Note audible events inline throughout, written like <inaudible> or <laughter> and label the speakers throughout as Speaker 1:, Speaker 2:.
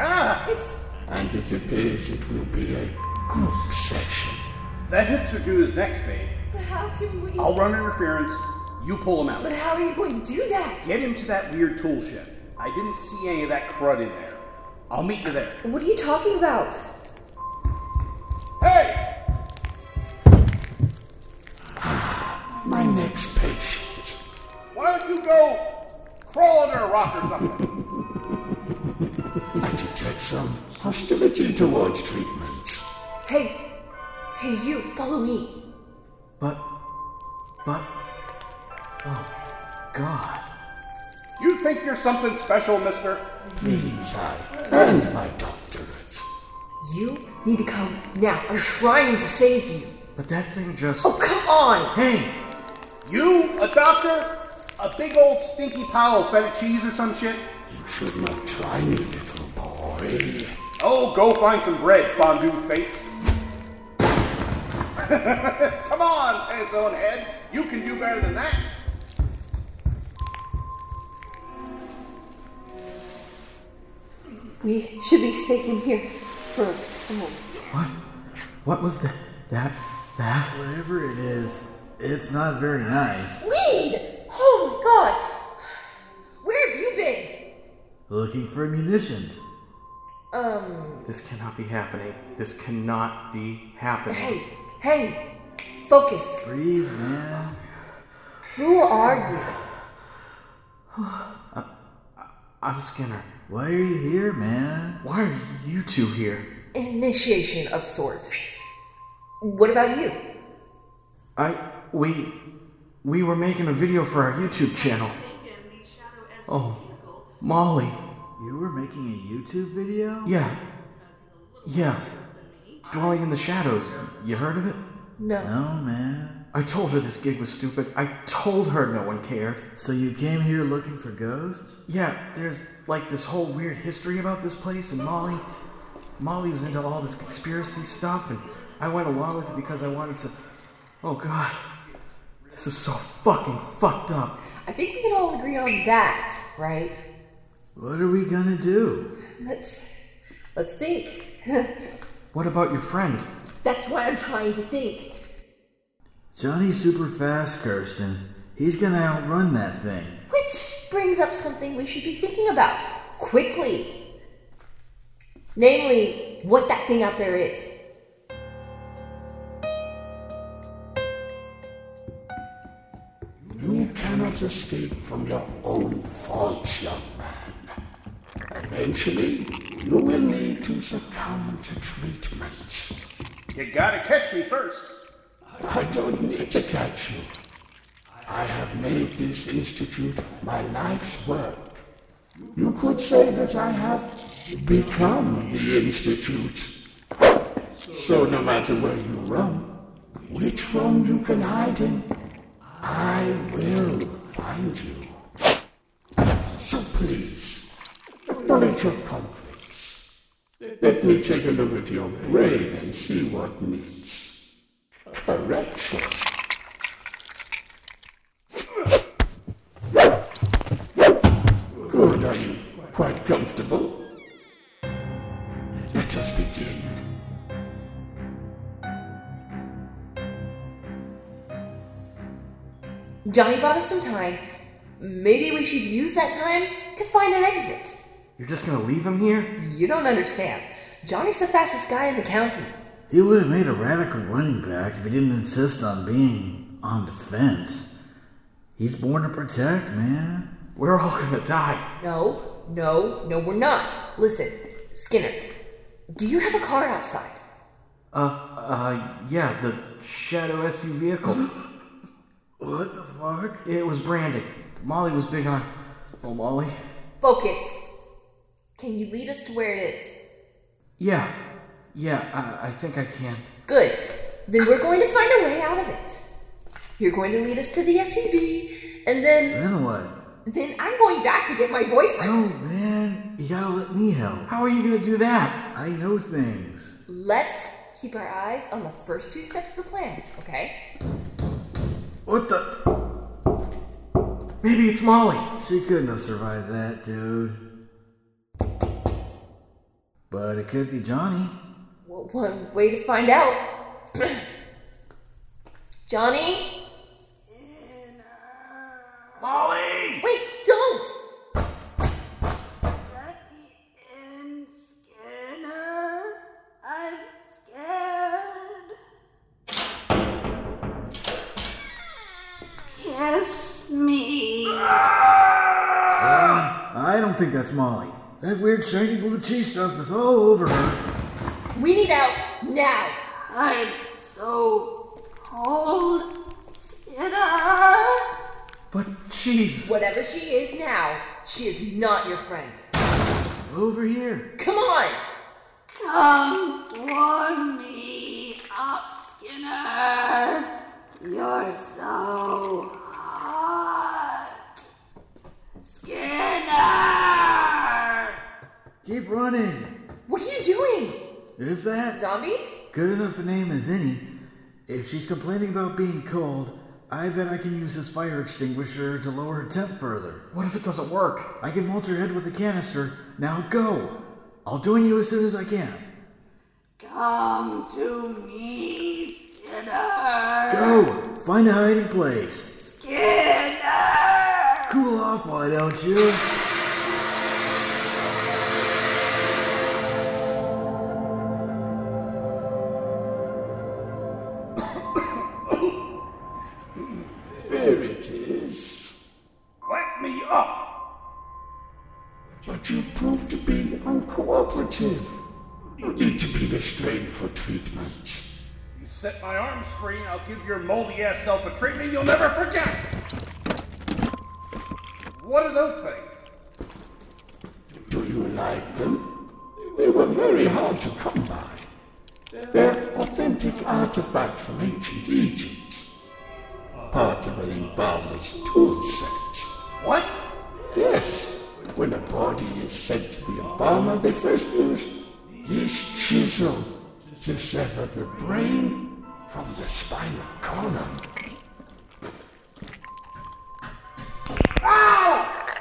Speaker 1: Ah,
Speaker 2: It's
Speaker 3: and it appears it will be a group session.
Speaker 1: That hipster dude is next to me.
Speaker 2: but how can we?
Speaker 4: Oh.
Speaker 1: I'll run interference. You pull him
Speaker 2: But
Speaker 1: out.
Speaker 2: how are you going to do that?
Speaker 1: Get him to that weird tool shed. I didn't see any of that crud in there. I'll meet you there.
Speaker 2: What are you talking about?
Speaker 1: Hey!
Speaker 3: My next patient.
Speaker 1: Why don't you go crawl under a rock or something?
Speaker 3: I detect some hostility towards treatment.
Speaker 2: Hey, hey, you follow me.
Speaker 4: But, but, oh, God.
Speaker 1: You think you're something special, mister?
Speaker 3: Please, I earned my doctorate.
Speaker 2: You need to come now. I'm trying to save you.
Speaker 4: But that thing just.
Speaker 2: Oh come on!
Speaker 4: Hey!
Speaker 1: You, a doctor? A big old stinky pile of feta cheese or some shit?
Speaker 3: You should not try me, little boy.
Speaker 1: Oh, go find some bread, fondue face. <laughs> Come on, peasant head. You can do better than that.
Speaker 2: We should be safe in here for a moment.
Speaker 4: What? What was that? That? That?
Speaker 5: Whatever it is, it's not very nice.
Speaker 2: Lead! Oh my god! Where have you been?
Speaker 5: Looking for munitions.
Speaker 2: Um,
Speaker 4: This cannot be happening. This cannot be happening.
Speaker 2: hey, hey, focus.
Speaker 5: Breathe, man.
Speaker 2: Who are you?
Speaker 4: I'm Skinner.
Speaker 5: Why are you here, man?
Speaker 4: Why are you two here?
Speaker 2: Initiation of sorts. What about you?
Speaker 4: I. We. We were making a video for our YouTube channel. Oh. Molly.
Speaker 5: You were making a YouTube video?
Speaker 4: Yeah. Yeah. Dwelling in the Shadows. You heard of it?
Speaker 2: No.
Speaker 5: No, man.
Speaker 4: I told her this gig was stupid. I told her no one cared.
Speaker 5: So you came here looking for ghosts?
Speaker 4: Yeah, there's like this whole weird history about this place, and Molly, Molly was into all this conspiracy stuff, and I went along with it because I wanted to. Oh God, this is so fucking fucked up.
Speaker 2: I think we can all agree on that, right?
Speaker 5: What are we gonna do?
Speaker 2: Let's let's think. <laughs>
Speaker 4: What about your friend?
Speaker 2: That's why I'm trying to think.
Speaker 5: Johnny's super fast, Kirsten. He's gonna outrun that thing.
Speaker 2: Which brings up something we should be thinking about quickly. Namely, what that thing out there is.
Speaker 3: You cannot escape from your own faults, young man. Eventually, you will need to succumb to treatment.
Speaker 1: You gotta catch me first.
Speaker 3: I don't need to catch you. I have made this institute my life's work. You could say that I have become the institute. So no matter where you run, which room you can hide in, I will find you. So please, acknowledge your conflicts. Let me take a look at your brain and see what needs correction. Good, are you quite comfortable? Let us begin.
Speaker 2: Johnny bought us some time. Maybe we should use that time to find an exit.
Speaker 4: You're just gonna leave him here?
Speaker 2: You don't understand. Johnny's the fastest guy in the county.
Speaker 5: He would have made a radical running back if he didn't insist on being on defense. He's born to protect, man.
Speaker 4: We're all gonna die.
Speaker 2: No, no, no, we're not. Listen, Skinner, do you have a car outside?
Speaker 4: Uh, uh, yeah, the Shadow SU vehicle.
Speaker 5: What the fuck?
Speaker 4: It was branded. Molly was big on. Oh, Molly.
Speaker 2: Focus. Can you lead us to where it is?
Speaker 4: Yeah, yeah, I, I think I can.
Speaker 2: Good. Then we're going to find a way out of it. You're going to lead us to the SUV, and then
Speaker 5: Then what?
Speaker 2: then I'm going back to get my boyfriend.
Speaker 5: No, man. You gotta let me help.
Speaker 4: How are you gonna do that?
Speaker 5: I know things.
Speaker 2: Let's keep our eyes on the first two steps of the plan, okay?
Speaker 5: What the?
Speaker 4: Maybe it's Molly.
Speaker 5: She couldn't have survived that, dude. But it could be Johnny.
Speaker 2: Well, one way to find out. <coughs> Johnny?
Speaker 4: Molly!
Speaker 2: Wait, don't!
Speaker 6: Let me in, Skinner. I'm scared. Kiss me.
Speaker 5: I don't think that's Molly. That weird shiny blue cheese stuff is all over her.
Speaker 2: We need out now!
Speaker 6: I'm so cold, Skinner.
Speaker 4: But jeez,
Speaker 2: Whatever she is now, she is not your friend.
Speaker 5: Over here.
Speaker 2: Come on!
Speaker 6: Come warm me up, Skinner. You're so hot. Skinner!
Speaker 5: Keep running.
Speaker 2: What are you doing?
Speaker 5: If that
Speaker 2: Zombie?
Speaker 5: good enough a name as any, if she's complaining about being cold, I bet I can use this fire extinguisher to lower her temp further.
Speaker 4: what if it doesn't work?
Speaker 5: I can mulch her head with a canister. Now go. I'll join you as soon as I can.
Speaker 6: Come to me, Skinner.
Speaker 5: Go. Find a hiding place.
Speaker 6: Skinner!
Speaker 5: Cool off, why don't you?
Speaker 3: There it is.
Speaker 1: Let me up!
Speaker 3: But you proved to be uncooperative. You need to be restrained for treatment.
Speaker 1: You set my arms free, and I'll give your moldy ass self a treatment you'll never forget! What are those things?
Speaker 3: Do you like them? They were very hard to come by. They're authentic artifacts from ancient Egypt. Part of an embalmer's tool set.
Speaker 1: What?
Speaker 3: Yes, when a body is sent to the embalmer, they first use this chisel to sever the brain from the spinal column. Ah!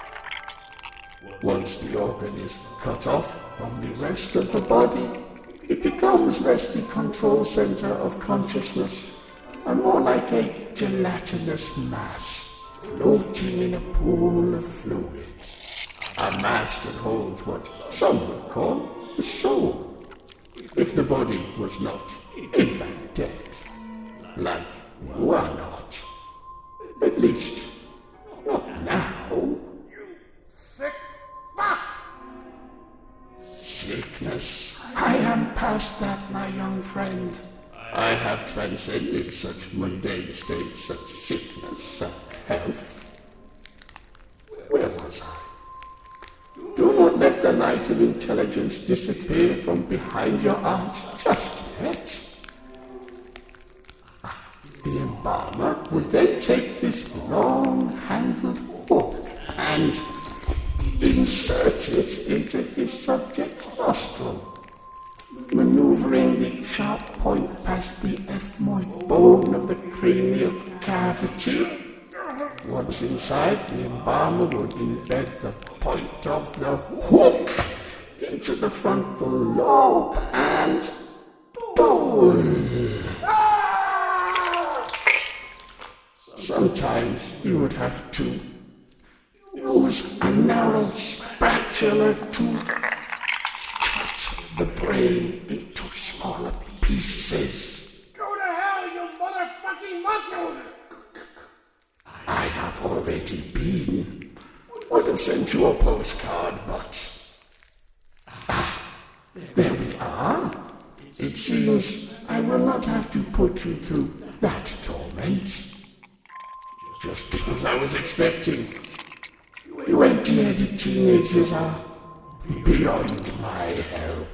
Speaker 3: Once the organ is cut off from the rest of the body, it becomes less the control center of consciousness and more like a gelatinous mass floating in a pool of fluid. A mass that holds what some would call the soul, if the body was not, in fact, dead. Like you are not. At least, not now.
Speaker 1: Sick? Fuck!
Speaker 3: Sickness. I am past that, my young friend. I have transcended such mundane states, such sickness, such health. Where was I? Do not let the light of intelligence disappear from behind your eyes just yet. The embalmer would then take this long-handled hook and insert it into his subject's nostril, maneuvering the sharp point past the ethmoid bone of the cranial cavity. Once inside, the embalmer would embed the point of the hook into the frontal lobe and bowl. Sometimes you would have to use a narrow spatula to cut the brain into smaller pieces.
Speaker 1: Go to hell, you motherfucking muscle!
Speaker 3: I have already been. Would have sent you a postcard, but. Ah, there we are. It seems I will not have to put you through that torment. Just as I was expecting. You empty headed teenagers are beyond my help.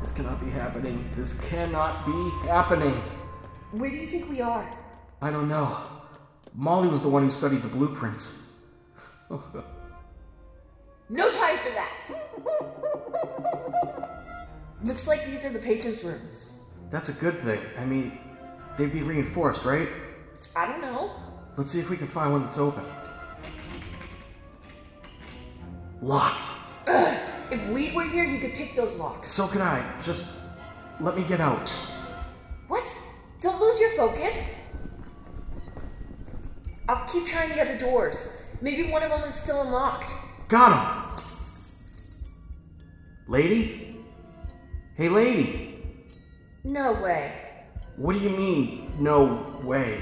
Speaker 4: This cannot be happening. This cannot be happening.
Speaker 2: Where do you think we are?
Speaker 4: I don't know. Molly was the one who studied the blueprints.
Speaker 2: No time for that! <laughs> Looks like these are the patient's rooms.
Speaker 4: That's a good thing. I mean, they'd be reinforced, right?
Speaker 2: I don't know.
Speaker 4: Let's see if we can find one that's open. Locked.
Speaker 2: If weed were here, you could pick those locks.
Speaker 4: So can I. Just let me get out.
Speaker 2: What? Don't lose your focus. I'll keep trying the other doors. Maybe one of them is still unlocked.
Speaker 4: Got him! Lady? Hey, lady.
Speaker 2: No way.
Speaker 4: What do you mean, no way?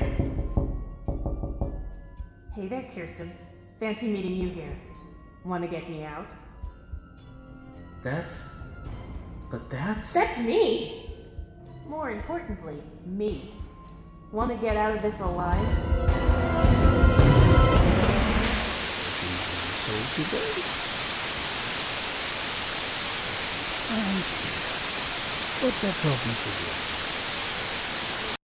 Speaker 7: Hey there, Kirsten. Fancy meeting you here. Want to get me out?
Speaker 4: That's. But that's.
Speaker 2: That's me.
Speaker 7: More importantly, me. Want to get out of this alive?
Speaker 8: What that problem should be?